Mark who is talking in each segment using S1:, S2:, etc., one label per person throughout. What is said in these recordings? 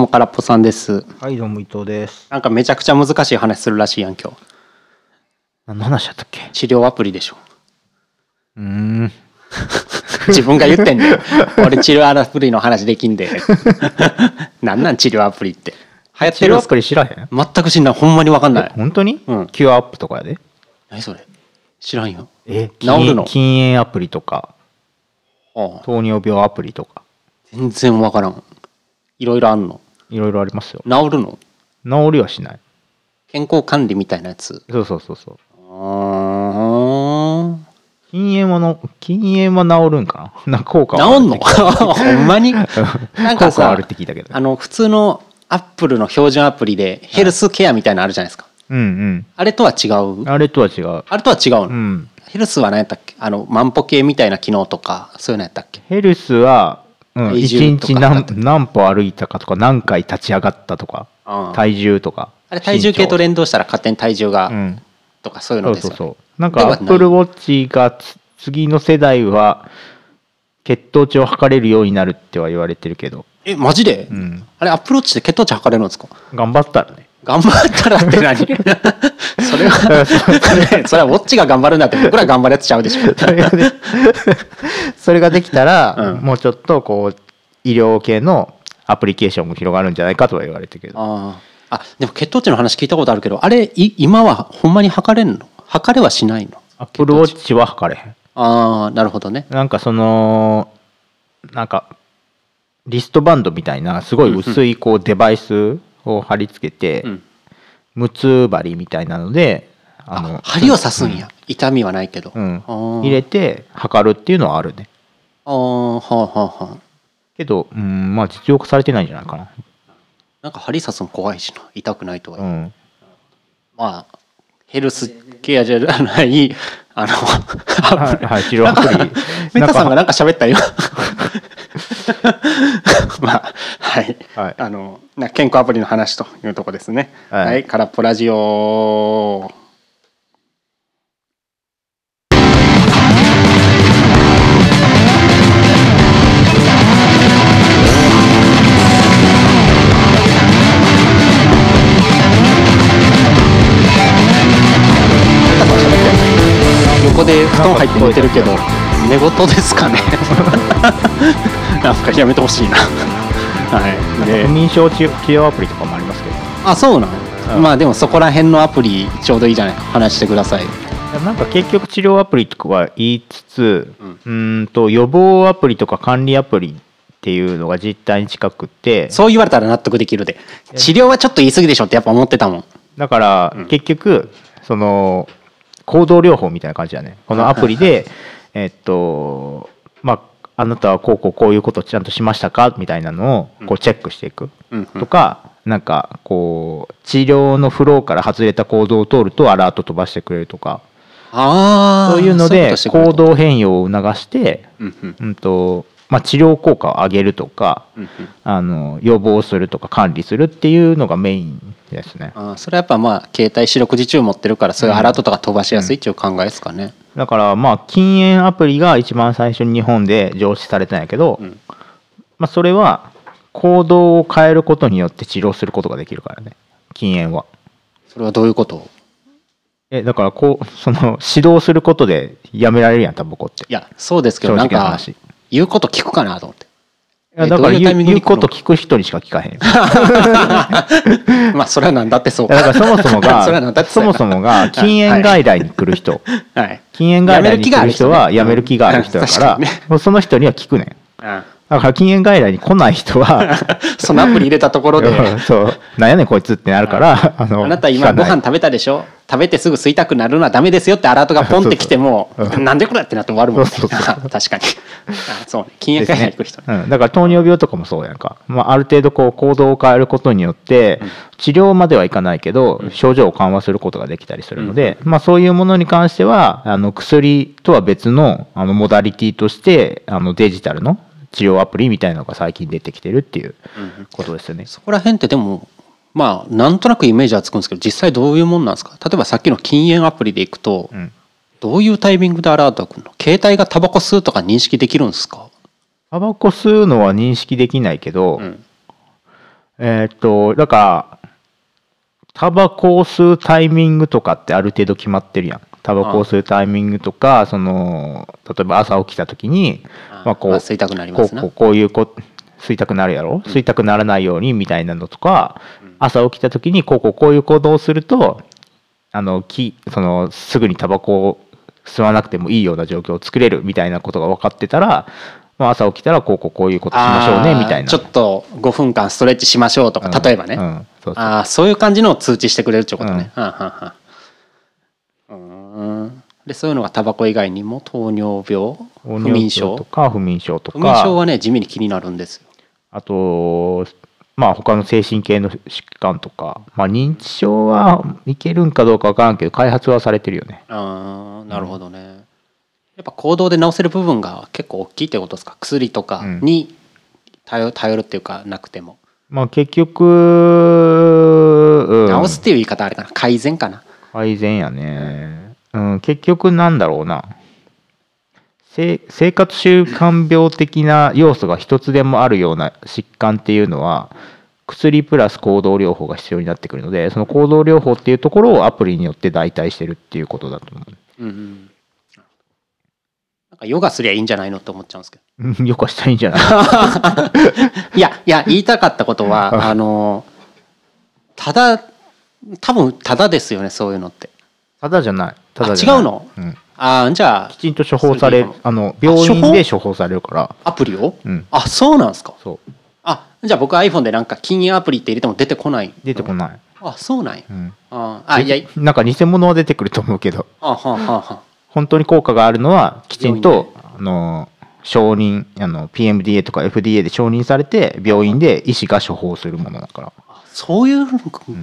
S1: もからっぽさんです。
S2: はい、どうも伊藤です。
S1: なんかめちゃくちゃ難しい話するらしいやん、今日。
S2: 何の話だったっけ
S1: 治療アプリでしょ。
S2: うーん。
S1: 自分が言ってん ねん。俺治療アプリの話できんで。 なんなん治療アプリって。流行ってる
S2: アプリ知らへん
S1: 全く知んない。ほんまにわかんない。
S2: 本当に
S1: うん
S2: キュアアップとかやで。
S1: 何それ知らんよ。
S2: え
S1: 治るの
S2: 禁煙アプリとか、
S1: ああ
S2: 糖尿病アプリとか、
S1: 全然わからん。いろいろあんの。
S2: いろいろありますよ。
S1: 治るの
S2: 治りはしない。
S1: 健康管理みたいなやつ。
S2: そうそうそうそう。
S1: うーん。
S2: 禁煙はの、禁煙は治るんかな なんか効果は
S1: 治
S2: ある
S1: んの ほんま になんか
S2: 効果は
S1: さ
S2: あるって聞いたけど
S1: あ。の普通のアップルの標準アプリでヘルスケアみたいなのあるじゃないですか、
S2: うん
S1: あれとは違
S2: う。
S1: うん
S2: あれとは違う。
S1: あれとは違うの、
S2: うん。
S1: ヘルスは何やったっけあの万歩計みたいな機能とかそういうのやったっけ
S2: ヘルスは、うん、
S1: 体
S2: 一
S1: 重とか
S2: 日何何歩歩いたかとか何回立ち上がったとか
S1: ああ
S2: 体重とか
S1: あれ体重計と
S2: レ
S1: 連動したら勝手に体重が、
S2: うん
S1: とかそういう
S2: そ
S1: の
S2: う
S1: です
S2: そう
S1: よ、ね、
S2: そうなん
S1: では
S2: かア
S1: ない
S2: ップルウォッチがつ次の世代は血糖値を測れるようになるっては言われてるけど、
S1: えマジで、
S2: うん、
S1: あれアプローチで血糖値測れるんですか
S2: 頑張ったら ね
S1: 頑張ったらって 何それはそれはウォッチが頑張るんだって僕ら頑張るやつちゃうでしょ
S2: それがで それができたら、
S1: うん
S2: もうちょっとこう医療系のアプリケーションも広がるんじゃないかとは言われてるけど
S1: あああでも血糖値の話聞いたことあるけどあれい今はほんまに測れんの測れはしないの
S2: アップルウォッチは測れへん
S1: ああなるほどね
S2: なんかそのなんかリストバンドみたいなすごい薄いこうデバイスを貼り付けて、
S1: うん
S2: 無痛針みたいなのであの
S1: あ針を刺すんや、痛みはないけど、
S2: うん
S1: あー
S2: 入れて測るっていうのはあるね
S1: あーはあはあはあ
S2: けどうんまあ実用化されてないんじゃないかな
S1: なんか針刺すの怖いしな痛くないとは
S2: う
S1: 言う、
S2: ん
S1: まあヘルスケアじゃないあの
S2: はいはい治療アプリ
S1: メタさんが
S2: なんか
S1: なんか喋った よまあはい、
S2: はい
S1: あのな健康アプリの話というとこですね
S2: はい
S1: はい、空っぽラジオ横で布団入って寝てるけど寝言です かねなんかやめてほ しいなはいで
S2: 不眠症治療アプリとかもありますけど
S1: あそうなの、
S2: うん
S1: まあでもそこら辺のアプリちょうどいいじゃない話してください
S2: でもなんか結局治療アプリとかは言いつつ、
S1: う
S2: うんーんと予防アプリとか管理アプリっていうのが実態に近くって
S1: そう言われたら納得できるで治療はちょっと言い過ぎでしょってやっぱ思ってたもん
S2: だから
S1: ん
S2: 結局その行動療法みたいな感じだねこのアプリでえっとまああなたはこうこうこういうことをちゃんとしましたかみたいなのをこうチェックしていく
S1: うんうん
S2: とかなんかこう治療のフローから外れた行動を取るとアラート飛ばしてくれるとか
S1: ああ
S2: そういうので
S1: 動
S2: 行動変容を促して
S1: うんうん
S2: うんとまあ、治療効果を上げるとか
S1: うんうん
S2: あの予防するとか管理するっていうのがメインですね
S1: あーそれはやっぱまあ携帯四六時中持ってるからそういうアラートとか飛ばしやすいっていう考えですかね、
S2: だからまあ禁煙アプリが一番最初に日本で上市されたんやけど、
S1: うん
S2: まあ、それは行動を変えることによって治療することができるからね禁煙は
S1: それはどういうこと
S2: えだからこう その指導することでやめられるやんタバコって
S1: いやそうですけど
S2: 正
S1: な
S2: 直
S1: ん
S2: な
S1: か
S2: 話
S1: 言うこと聞くかなと思って
S2: いやだから
S1: どういうタイ
S2: 言う
S1: ミング
S2: 言
S1: に
S2: うこと聞く人にしか聞かへ ん
S1: まあそれは何だってそう
S2: だからそもそも
S1: それはなん だっ
S2: が
S1: てそ
S2: そう
S1: や
S2: も
S1: な
S2: そもが禁煙外来に来る人、
S1: はい
S2: 禁煙外来に来る人はやめる気がある人
S1: やめ
S2: だ
S1: る気
S2: か
S1: があ
S2: ら、
S1: る人ねうん確か
S2: もうその人には聞くねん
S1: あ
S2: だから禁煙外来に来ない人は
S1: そのアプリ入れたところで
S2: うん そうなんやねんこいつってなるからあの
S1: あなた
S2: 聞
S1: 今
S2: か
S1: ご
S2: ない
S1: 飯食べたでしょ食べてすぐ吸いたくなるのはダメですよってアラートがポンってきても
S2: そうそう
S1: なんでこれってなって終わるもんね
S2: そうそうそう
S1: 確かにあそうね禁煙会に来る人ね
S2: ですねうん、だから糖尿病とかもそうやんか、まあ、ある程度こう行動を変えることによって治療まではいかないけど、症状を緩和することができたりするので、まあ、そういうものに関してはあの薬とは別のあのモダリティとしてあのデジタルの治療アプリみたいなのが最近出てきてるっていうことですよね。
S1: そこら辺ってでもまあなんとなくイメージはつくんですけど実際どういうもんなんですか例えばさっきの禁煙アプリでいくと
S2: うん
S1: どういうタイミングでアラートが来るの携帯がタバコ吸うとか認識できるんですか
S2: タバコ吸うのは認識できないけど、
S1: うん
S2: えーっとだからタバコを吸うタイミングとかってある程度決まってるやんタバコを吸うタイミングとかその例えば朝起きた時に
S1: あまあ吸いたくなりますな
S2: こうこうこういうこ吸いたくなるやろ、吸いたくならないようにみたいなのとか、朝起きた時にこうこうこういう行動をするとあのきそのすぐにタバコを吸わなくてもいいような状況を作れるみたいなことが分かってたら、まあ、朝起きたらこうこうこういうことしましょうねみたいな。
S1: ちょっと5分間ストレッチしましょうとか、
S2: うん
S1: 例えばね、
S2: う
S1: あ
S2: んそうそう
S1: あーそういう感じのを通知してくれるってことね、うん、はんはんはんうーんでそういうのがタバコ以外にも糖尿病
S2: 糖
S1: 不
S2: 尿
S1: 眠
S2: 病と
S1: 症
S2: か不眠症と
S1: 不眠症
S2: か
S1: はね地味に気になるんですよ
S2: あとまあ他の精神系の疾患とか、まあ、認知症はいけるんかどうか分からんけど開発はされてるよね
S1: あーなるほどね、やっぱ行動で治せる部分が結構大きいってことですか薬とかに頼,、頼るっていうかなくても、
S2: まあ結局、うん
S1: 治すっていう言い方あれかな改善かな
S2: 改善やね、うん、結局なんだろうなせ生活習慣病的な要素が一つでもあるような疾患っていうのは薬プラス行動療法が必要になってくるのでその行動療法っていうところをアプリによって代替してるっていうことだと思
S1: うんうんなんかヨガすりゃいいんじゃないのって思っちゃうんですけど
S2: ううんよくはしたいんじゃない
S1: いやいや言いたかったこと はあのただ多分ただですよねそういうのって
S2: ただじゃないただ
S1: あ
S2: じゃな
S1: 違
S2: い
S1: うの
S2: ん
S1: ああじゃあ
S2: きちんと処方される
S1: それでいいかも
S2: あの病院で処方されるから
S1: アプリを、
S2: うん
S1: あそうなんですか
S2: そう
S1: あじゃあ僕 iPhone でなんか禁煙アプリって入れても出てこない
S2: 出てこない、
S1: あそうなんや、
S2: うん、
S1: ああいやい
S2: なんか偽物は出てくると思うけど
S1: あはあはあは
S2: 本当に効果があるのはきち
S1: 病
S2: んと、あの承認あの PMDA とか FDA で承認されて病院で医師が処方するものだから
S1: ああそういうの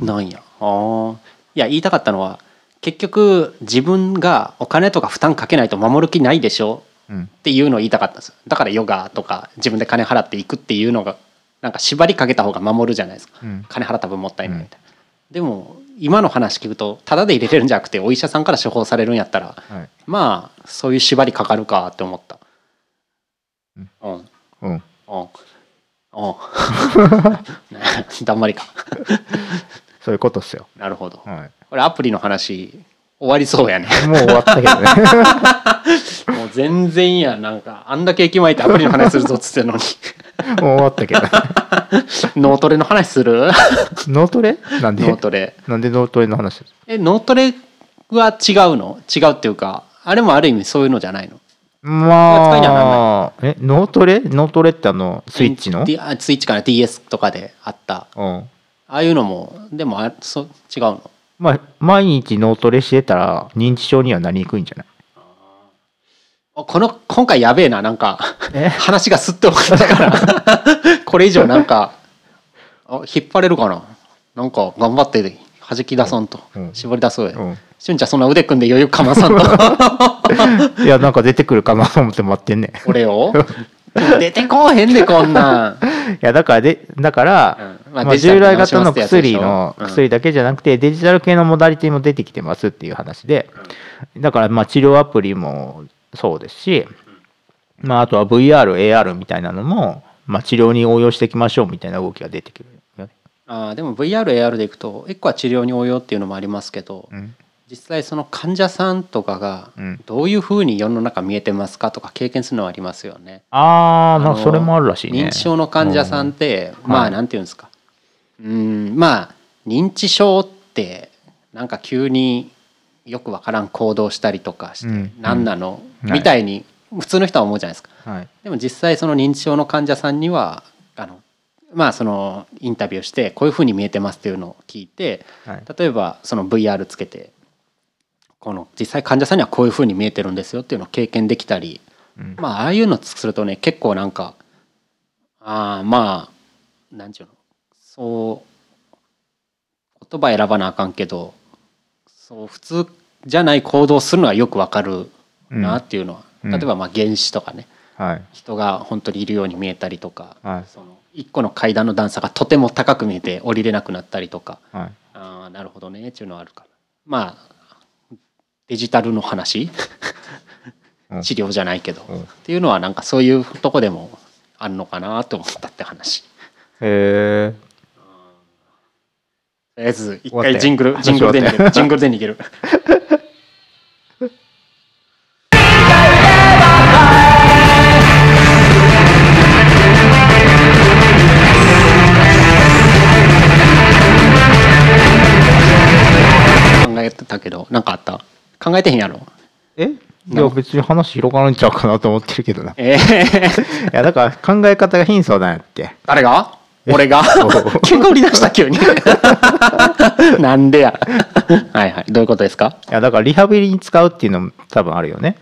S1: なんや、ああいや言いたかったのは結局自分がお金とか負担かけないと守る気ないでしょ
S2: うん
S1: っていうのを言いたかったんですよだからヨガとか自分で金払っていくっていうのがなんか縛りかけた方が守るじゃないですか、
S2: うん
S1: 金払った分もったいないみたいな、でも今の話聞くとタダで入れれるんじゃなくてお医者さんから処方されるんやったら
S2: はい
S1: まあそういう縛りかかるかって思った
S2: うん
S1: うんうん
S2: う
S1: う
S2: ん
S1: ん だんまりか
S2: そういうことっすよ、
S1: なるほど
S2: は
S1: これアプリの話終わりそうやね
S2: い、もう終わったけどね
S1: もう全然やなんかあんだけ駅前行ってアプリの話するぞっつってんのに
S2: もう終わったけど
S1: 脳トレの話する
S2: 脳トレなんで
S1: 脳トレ
S2: なんで脳トレの話
S1: え脳トレは違うの違うっていうかあれもある意味そういうのじゃないの
S2: ま
S1: 扱いには
S2: あえ脳トレ脳トレってあのスイッチの、
S1: D- あスイッチかな DS とかであった
S2: うん
S1: ああいうのもでもあそ違うの
S2: まあ、毎日脳トレしてたら認知症にはなりにくいんじゃない
S1: あこの今回やべえななんか
S2: え
S1: 話がすっと終わったから これ以上なんかあ引っ張れるかななんか頑張って弾き出さんと、
S2: うん
S1: 絞り出そうや、
S2: うん
S1: しゅんちゃんそんな腕組んで余裕かまさん と
S2: いやなんか出てくるかなと思って待ってんね
S1: 俺を出てこうへんでこんなん
S2: いやだからでだから、
S1: うんま
S2: ま
S1: あ
S2: あ
S1: デジタル
S2: 従来型
S1: 直しますっ
S2: の
S1: てやつでし
S2: 薬
S1: ょ
S2: の
S1: うん
S2: 薬だけじゃなくて、デジタル系のモダリティも出てきてますっていう話で、だからまあ治療アプリもそうですし、まあ、あとは VRAR みたいなのも、まあ、治療に応用していきましょうみたいな動きが出てくるよね、
S1: あーでも VRAR でいくと一個は治療に応用っていうのもありますけど、
S2: うん
S1: 実際その患者さんとかが
S2: うん
S1: どういうふうに世の中見えてますかとか経験するのはありますよね。
S2: ああな
S1: あ
S2: んか
S1: の
S2: それもあるらしいね
S1: 認知症の患者さんって、
S2: うん
S1: ま
S2: は
S1: あ
S2: い
S1: なんていうんですか、うんまあ認知症ってなんか急によくわからん行動したりとかして、
S2: うん
S1: 何なの、
S2: うん
S1: みたいに普通の人は思うじゃないですか。
S2: はい
S1: でも実際その認知症の患者さんにはあのまあそのインタビューしてこういうふうに見えてますっていうのを聞いて
S2: はい
S1: 例えばその VR つけてこの実際患者さんにはこういうふうに見えてるんですよっていうのを経験できたり、
S2: うん
S1: まあああいうのするとね結構なんかああまあ何て言うのそう言葉選ばなあかんけどそう普通じゃない行動するのはよくわかるなっていうのは、
S2: うん
S1: 例えばまあ原子とかね
S2: はい
S1: 人が本当にいるように見えたりとか、
S2: はい
S1: その一個の階段の段差がとても高く見えて降りれなくなったりとか
S2: はい
S1: ああなるほどねっていうのはあるからまあデジタルの話
S2: うん
S1: 治療じゃないけど、
S2: うん
S1: っていうのはなんかそういうとこでもあるのかなと思ったって話
S2: へえ
S1: とりあえず一
S2: 終わ
S1: 回
S2: ったよ
S1: ジングルジングルで逃げるジングルで逃 げる考えてたけどなんかあった考えてへんやろ
S2: えいや別に話広がるんちゃうかなと思ってるけどない
S1: え ー、
S2: やだから考え方が貧相なんやって
S1: 誰が 俺 が喧嘩売り出した急に なんでやはいはいどういうことですか
S2: いやだからリハビリに使うっていうのも多分あるよね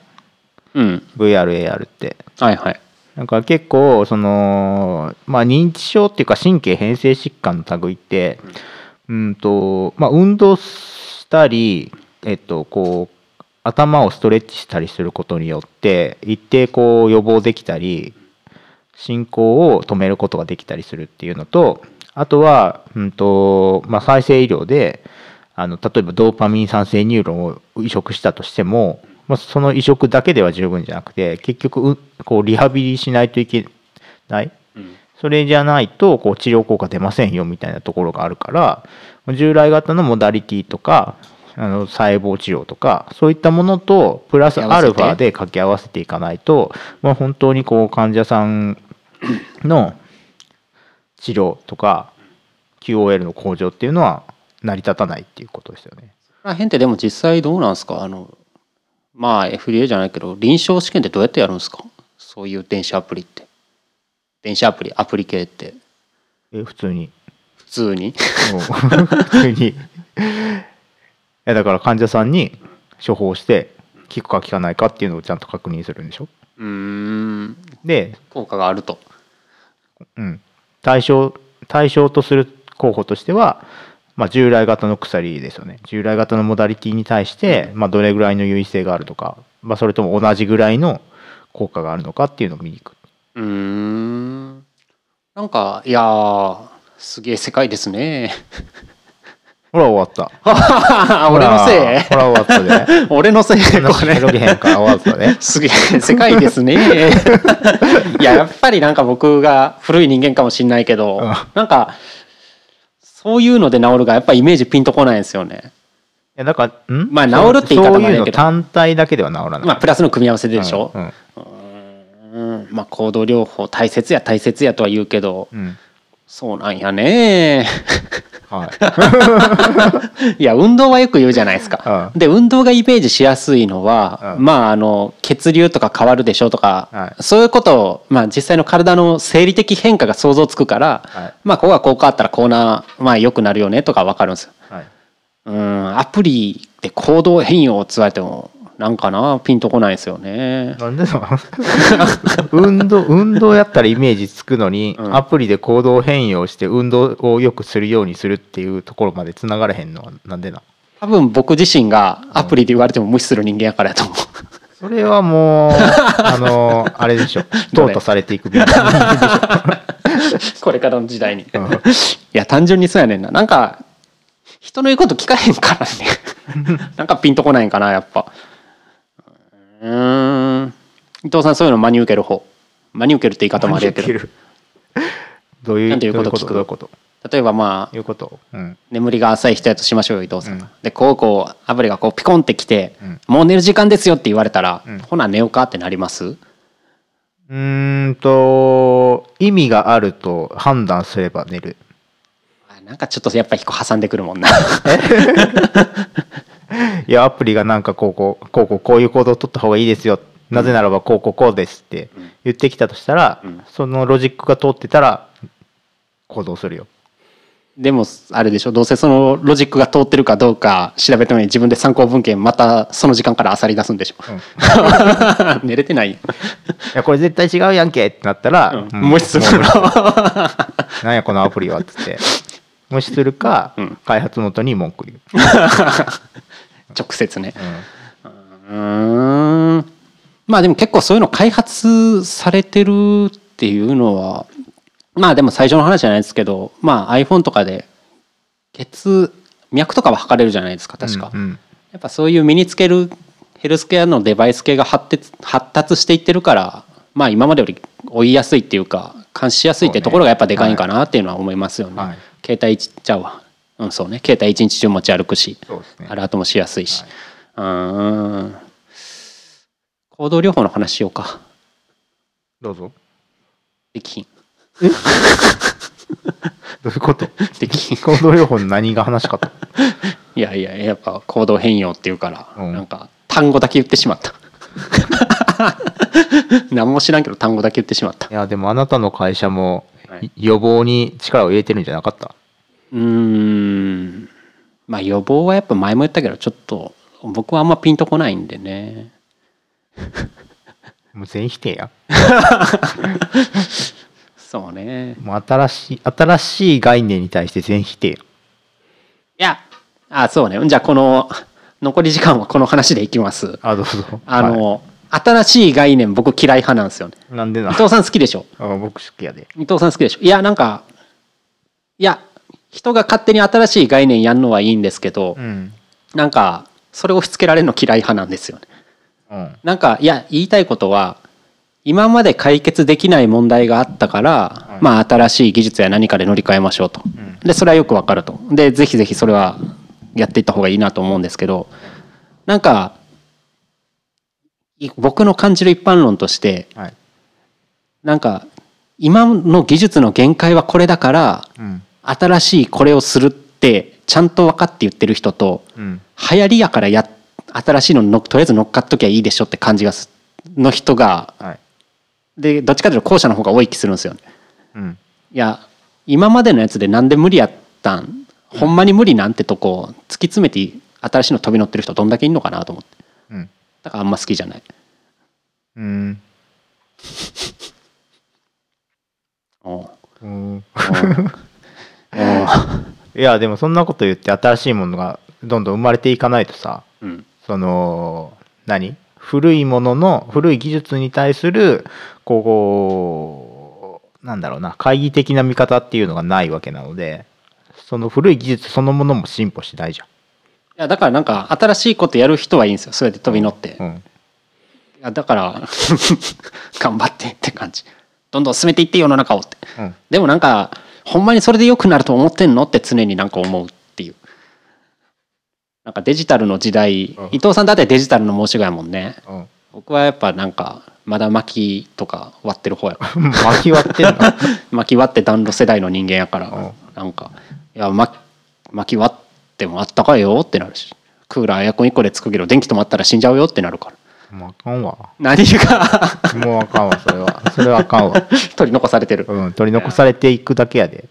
S1: うん。
S2: VRAR って
S1: はいはい。
S2: なんか結構その、まあ、認知症っていうか神経変性疾患の類って、うんとまあ、運動したり、えっと、こう頭をストレッチしたりすることによって一定こう予防できたり進行を止めることができたりするっていうのとあとは、うんとまあ、再生医療であの例えばドーパミン産生ニューロンを移植したとしても、まあ、その移植だけでは十分じゃなくて結局うこうリハビリしないといけないそれじゃないとこう治療効果出ませんよみたいなところがあるから従来型のモダリティとかあの細胞治療とかそういったものとプラスアルファで掛け合わせていかないと、まあ、本当にこう患者さんの治療とか QOL の向上っていうのは成り立たないっていうことですよね。
S1: そこら辺ってでも実際どうなんですかあの、まあ FDA じゃないけど、臨床試験ってどうやってやるんですかそういう電子アプリって。電子アプリ、アプリ系って。
S2: え普通に
S1: 普通に。
S2: もう普通にいやだから患者さんに処方して効くか効かないかっていうのをちゃんと確認するんでしょ
S1: うーん。
S2: で、
S1: 効果があると。
S2: うん、対象対象とする候補としては、まあ、従来型の鎖ですよね従来型のモダリティに対して、まあ、どれぐらいの優位性があるとか、まあ、それとも同じぐらいの効果があるのかっていうのを見に行く
S1: うーん。なんか、いやー、すげえ世界ですね。
S2: ほら終わった
S1: 俺のせ
S2: ほらほら終わ ったで
S1: い俺のせいこれ
S2: 広げへんから終わったね
S1: すげえ世界です ねいややっぱりなんか僕が古い人間かもしんないけど、
S2: うん
S1: なんかそういうので治るがやっぱイメージピンとこないんですよね
S2: いやだからん
S1: まあ治るって言い方もあ
S2: そ
S1: れ
S2: う
S1: やけど
S2: いうの単体だけでは治らない、
S1: まあプラスの組み合わせでしょ、
S2: う
S1: うんん
S2: うん
S1: まあ行動療法大切や大切やとは言うけど
S2: うん
S1: そうなんやね
S2: はい、
S1: いや運動はよく言うじゃないですか、
S2: うん
S1: で運動がイメージしやすいのは、
S2: うん
S1: まああの血流とか変わるでしょとか、
S2: はい
S1: そういうことを、まあ、実際の体の生理的変化が想像つくから、
S2: はい
S1: まあここがこう変わったらこうなまあ良くなるよねとか分かるんですよ。
S2: はい、
S1: うんアプリで行動変容って言われてもなんかなピンとこないですよね。
S2: なんでだ 運動運動やったらイメージつくのに、
S1: うん
S2: アプリで行動変容して運動をよくするようにするっていうところまでつながれへんのはなんでな
S1: 多分僕自身がアプリで言われても無視する人間やからやと思う。
S2: それは もうあのあれでしょ淘汰されていくべき
S1: これからの時代に。
S2: ん
S1: いや単純にそうやねんな。なんか人の言うこと聞かへんからね。 なんかピンとこないんかなやっぱ。うーん伊藤さんそういうの真に受ける方真に受けるって言い方もあれやけど
S2: どうい
S1: な
S2: うん
S1: ていうこと聞く
S2: どういうことど
S1: 例えばまあ
S2: ういうことうん
S1: 眠りが浅い人やとしましょうよ伊藤さんが、
S2: うん
S1: でこうこうアプリがこうピコンってきて、
S2: うん
S1: もう寝る時間ですよって言われたら、
S2: うん
S1: ほな寝ようかってなります
S2: うーんと意味があると判断すれば 寝る
S1: あなんかちょっとやっぱりこう挟んでくるもんな
S2: いやアプリがなんかこうこうこうこうこういう行動を取った方がいいですよなぜならばこうこうこうですって言ってきたとしたら、
S1: うん
S2: そのロジックが通ってたら行動するよ
S1: でもあれでしょどうせそのロジックが通ってるかどうか調べてもに自分で参考文献またその時間から漁り出すんでし ょ、寝れてないよ、
S2: いやこれ絶対違うやんけってなったら、
S1: うん無視するの
S2: なんやこのアプリはっ つって無視するか、
S1: うん
S2: 開発元に文句言う、
S1: 直接ねう
S2: うん
S1: ーんまあでも結構そういうの開発されてるっていうのはまあでも最初の話じゃないですけどまあ iPhone とかで血脈とかは測れるじゃないですか確か、
S2: うんうん
S1: やっぱそういう身につけるヘルスケアのデバイス系が発達発達していってるからまあ今までより追いやすいっていうか監視しやすいってところがやっぱでかいんかなっていうのは思いますよね
S2: はい
S1: 携帯ちっちゃうわうん、そうね携帯一日中持ち歩くし
S2: そうですね
S1: アラートもしやすいし、うーん行動療法の話しようか
S2: どうぞ
S1: できひん
S2: どういう こと
S1: できひん
S2: 行動療法の何が話かと
S1: いやいややっぱ行動変容っていうから、
S2: うん
S1: なんか単語だけ言ってしまった 何も知らんけど単語だけ言ってしまった
S2: いやでもあなたの会社も
S1: はい
S2: 予防に力を入れてるんじゃなかった、
S1: うーんまあ予防はやっぱ前も言ったけどちょっと僕はあんまピンとこないんでね
S2: もう全否定や
S1: そうね
S2: もう新しい新しい概念に対して全否定や
S1: いやあそうねじゃあこの残り時間はこの話でいきます
S2: あどうぞ
S1: あの、新しい概念僕嫌い派なんですよね
S2: はいなんでな
S1: 伊藤さん好きでしょ
S2: あ僕好きやで
S1: 伊藤さん好きでしょいやなんかいや人が勝手に新しい概念やるのはいいんですけど、
S2: うん
S1: なんかそれを押し付けられるの嫌い派なんですよね
S2: うん
S1: なんかいや言いたいことは今まで解決できない問題があったから、まあ新しい技術や何かで乗り換えましょうと、でそれはよくわかるとでぜひぜひそれはやっていった方がいいなと思うんですけどなんかい僕の感じる一般論として
S2: はい
S1: なんか今の技術の限界はこれだから
S2: うん
S1: 新しいこれをするってちゃんと分かって言ってる人と
S2: うん
S1: 流行りやからや新しいのにのとりあえず乗っかっときゃいいでしょって感じがすの人が
S2: はい
S1: でどっちかというと後者の方が多い気するんですよね
S2: うん
S1: いや今までのやつでなんで無理やったんほんまに無理なんてとこ突き詰めて新しいの飛び乗ってる人どんだけいんのかなと思って
S2: うん
S1: だからあんま好きじゃない
S2: うん
S1: おう
S2: うん
S1: おう
S2: いやでもそんなこと言って新しいものがどんどん生まれていかないとさ
S1: うん
S2: その何古いものの古い技術に対するこうなんだろうな懐疑的な見方っていうのがないわけなのでその古い技術そのものも進歩しないじゃん。
S1: いやだからなんか新しいことやる人はいいんですよそれで飛び乗って、い
S2: うん
S1: やだから頑張ってって感じどんどん進めていって世の中をって
S2: うん
S1: でもなんかほんまにそれで良くなると思ってんのって常になんか思うっていうなんかデジタルの時代、
S2: うん
S1: 伊藤さんだってデジタルの申し子やもんね
S2: うん、
S1: 僕はやっぱなんかまだ薪とか割ってる 方やから
S2: 巻き割ってんの
S1: 薪割って暖炉世代の人間やから、
S2: うん
S1: なんかいや、ま、薪割ってもあったかいよってなるしクーラーエアコン1個でつくけど電気止まったら死んじゃうよってなるから
S2: もうあかんわ
S1: 何が
S2: もうあかんわそれはそれはあかんわ、
S1: 取り残されてる、
S2: うん、取り残されていくだけやで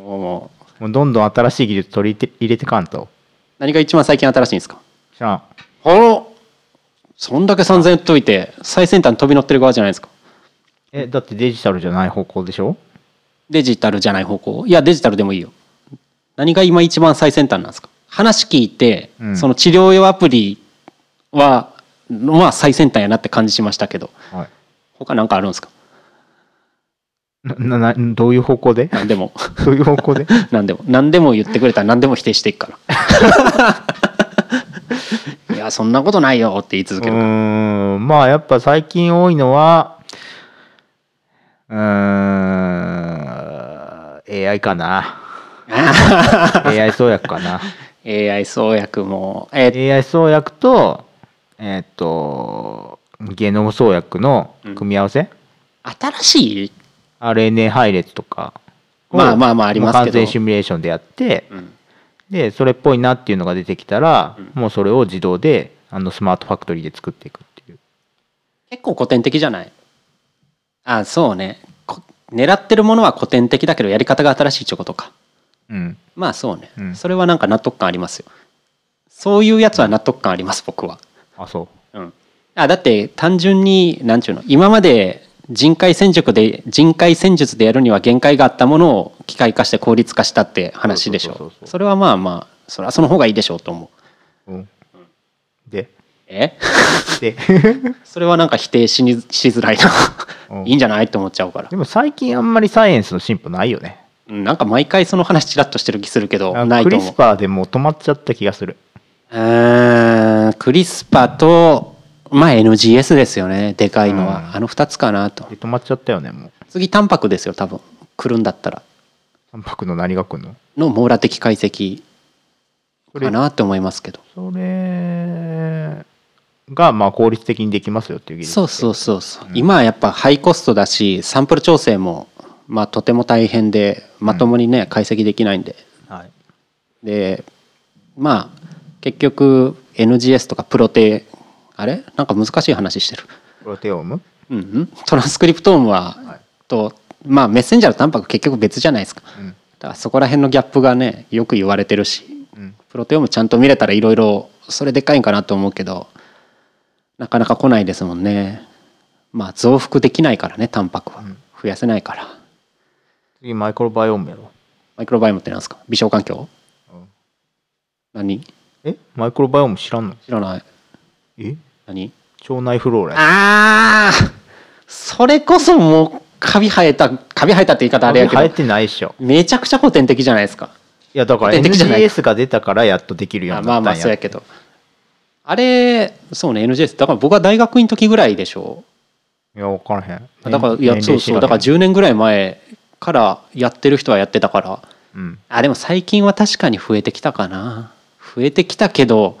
S1: もう
S2: もうどんどん新しい技術取り入れて入れてかんと
S1: 何が一番最近新しいんですか
S2: じゃあ
S1: あらそんだけ散々言っといて最先端飛び乗ってる側じゃないですか
S2: えだってデジタルじゃない方向でしょ
S1: デジタルじゃない方向いやデジタルでもいいよ何が今一番最先端なんですか話聞いて、
S2: うん
S1: その治療用アプリはまあ最先端やなって感じしましたけど
S2: はい
S1: 他なんかあるんですか
S2: なななどういう方向で
S1: 何でも
S2: どういう方向で
S1: 何でも何でも言ってくれたら何でも否定していくから いやそんなことないよって言い続ける
S2: うーんまあやっぱ最近多いのはうーん AI かな AI 創薬かな
S1: AI 創薬もえー
S2: AI 創薬とえーっとゲノム創薬の組み合わせ、
S1: 新しい
S2: RNA 配列とかを
S1: まあまあまあありますけど
S2: もう完全シミュレーションでやって、
S1: ん
S2: でそれっぽいなっていうのが出てきたら、もうそれを自動であのスマートファクトリーで作っていくっていう
S1: 結構古典的じゃないあそうねこ狙ってるものは古典的だけどやり方が新しいってことか
S2: うん
S1: まあそうね、
S2: うん
S1: それはなんか納得感ありますよそういうやつは納得感あります僕は
S2: あそう
S1: うんあだって単純に何ちゅうの今まで人海戦術で人海戦術でやるには限界があったものを機械化して効率化したって話でし
S2: そうそう
S1: ょ
S2: そうそう
S1: それはまあまあそれはその方がいいでしょうと思う
S2: うん、で
S1: え
S2: で
S1: それはなんか否定しにしづらいな
S2: うん
S1: いいんじゃないって思っちゃうから
S2: でも最近あんまりサイエンスの進歩ないよね
S1: うんなんか毎回その話ちらっとしてる気するけど
S2: なん
S1: な
S2: か
S1: い
S2: ク
S1: と
S2: リ
S1: 思
S2: ス
S1: う
S2: パーでもう止まっちゃった気がする
S1: うーんクリスパとまあ NGS ですよねでかいのは、
S2: うん
S1: あの2つかなと
S2: で止まっちゃったよねもう
S1: 次タンパクですよ多分来るんだったら
S2: タンパクの何が来るの
S1: の網羅的解析かなって思いますけど
S2: それがまあ効率的にできますよっていう技術
S1: そうそうそうそう、今はやっぱハイコストだしサンプル調整もまあとても大変でまともにね解析できないんで、
S2: はい
S1: でまあ結局 NGS とかプロテあれなんか難しい話してる
S2: プロテオーム
S1: うんうんトランスクリプトームは、とまあメッセンジャーとタンパク結局別じゃないですか、
S2: うん
S1: だからそこら辺のギャップがねよく言われてるし
S2: うん
S1: プロテオームちゃんと見れたらいろいろそれでかいんかなと思うけどなかなか来ないですもんねまあ増幅できないからねタンパクは
S2: うん
S1: 増やせないから
S2: 次マイクロバイオームやろ
S1: マイクロバイオムってなんですか微小環境
S2: うん
S1: 何
S2: えマイクロバイオーム知らんの
S1: 知らない
S2: え
S1: 何
S2: 腸内フローラ
S1: ああそれこそもうカビ生えたカビ生えたって言い方あれや
S2: 生え
S1: けど
S2: てないっしょ
S1: めちゃくちゃ古典的じゃないですか
S2: いやだから
S1: 出てきてない
S2: NGS が出たからやっとできるよう
S1: あ
S2: に
S1: ま
S2: な
S1: あ
S2: っ
S1: ま
S2: た
S1: あ
S2: ん
S1: そうや
S2: や
S1: けどあれそうね NGS だから僕は大学院の時ぐらいでしょ
S2: いや分からへん
S1: だからい
S2: 年
S1: や
S2: 年
S1: そう
S2: 齢
S1: そ
S2: 調
S1: う
S2: べ
S1: だから10年ぐらい前からやってる人はやってたから
S2: うん
S1: あでも最近は確かに増えてきたかな増えてきたけど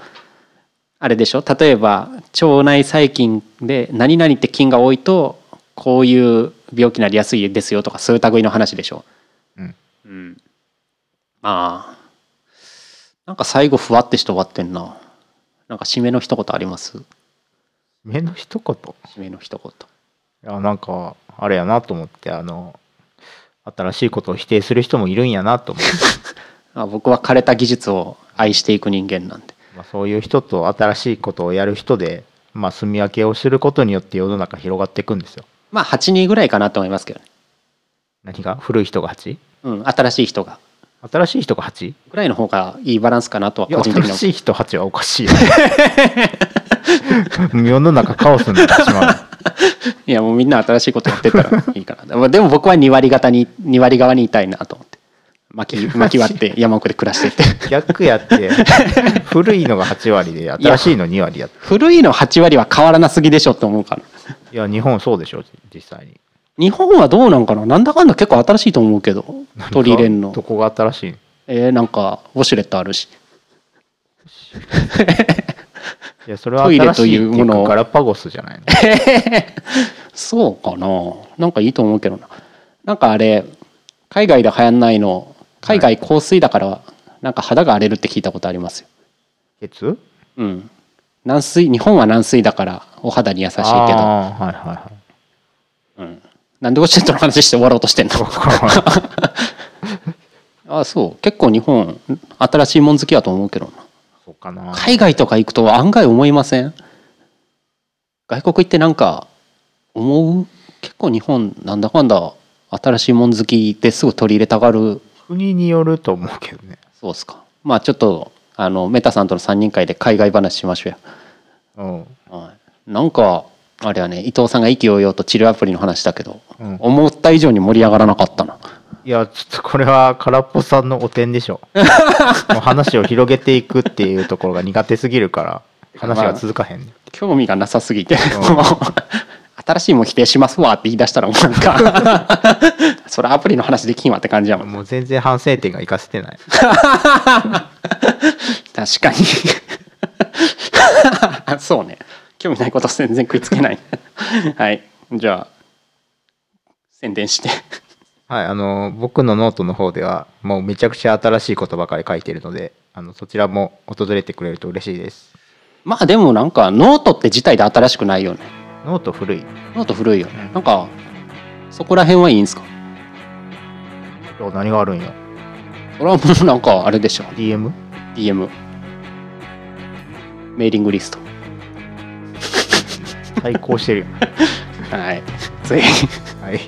S1: あれでしょ例えば腸内細菌で何々って菌が多いとこういう病気になりやすいですよとかそういう類の話でしょ
S2: うん
S1: うんまあなんか最後ふわってして終わってんななんか締めの一言あります
S2: 目の一言
S1: 締めの一言
S2: いやなんかあれやなと思ってあの新しいことを否定する人もいるんやなと思って
S1: あ僕は枯れた技術を愛していく人間なんで
S2: まあそういう人と新しいことをやる人で、まあ、住み分けをすることによって世の中広がっていくんですよ
S1: まあ8人ぐらいかなと思いますけどね
S2: 何が古い人が 8?
S1: うん新しい人が
S2: 新しい人が 8? い
S1: ぐらいの方がいいバランスかなとは
S2: や
S1: 個人的に
S2: 新
S1: は
S2: しい人8はおかしいよ 世の中カオスになってしまう
S1: いやもうみんな新しいことやってったらいいかなまあでも僕は2割方に2割側にいたいなと思って巻 き巻き割って山奥で暮らしてって
S2: 逆や って古いのが8割で新しいの2割やって
S1: 古いの8割は変わらなすぎでしょって思うから
S2: いや日本そうでしょ実際に
S1: 日本はどうなんかななんだかんだ結構新しいと思うけど取り入れんの
S2: どこが新しいの
S1: えー、なんかウォシュレットあるし
S2: いやそれは
S1: トイレ
S2: 新
S1: と
S2: し
S1: い
S2: いうっ
S1: も
S2: て
S1: のを
S2: いうかガラパゴスじゃないの
S1: そうかななんかいいと思うけどななんかあれ海外で流行んないの海外香水だからなんか肌が荒れるって聞いたことありますよ
S2: ケツ
S1: うん軟水日本は軟水だからお肌に優しいけど、
S2: あーはいはいはい
S1: うん、なんでウォシュレットの話して終わろうとしてんのあそう結構日本新しいもん好きやと思うけどな
S2: そうかな
S1: 海外とか行くと案外思いません外国行ってなんか思う結構日本なんだかんだ新しいもん好きですぐ取り入れたがる
S2: 国によると思うけどね
S1: そうっすかまあちょっとあのメタさんとの3人会で海外話しましょ
S2: うん
S1: うよ、はい、なんかあれはね伊藤さんが意気揚々と治療アプリの話だけど、
S2: うん
S1: 思った以上に盛り上がらなかったない
S2: やちょっとこれは空っぽさんの汚点 でしょもう話を広げていくっていうところが苦手すぎるから話が続かへん、ね
S1: 興味がなさすぎて、もう 新しいもん否定しますわって言い出したらもうなんかそれアプリの話できんわって感じやもん
S2: もう全然反省点が活かせてない
S1: 確かに そうね興味ないこと全然食いつけない はいじゃあ宣伝して
S2: はい、あの僕のノートの方ではもうめちゃくちゃ新しいことばかり書いてるのであのそちらも訪れてくれると嬉しいです
S1: まあでもなんかノートって自体で新しくないよね
S2: ノート古い
S1: ノート古いよねなんかそこら辺はいいんですか
S2: お何があるんや
S1: それはもうなんかあれでしょ
S2: DM?
S1: DM メーリングリスト
S2: 対抗してるよ
S1: はいつい
S2: はい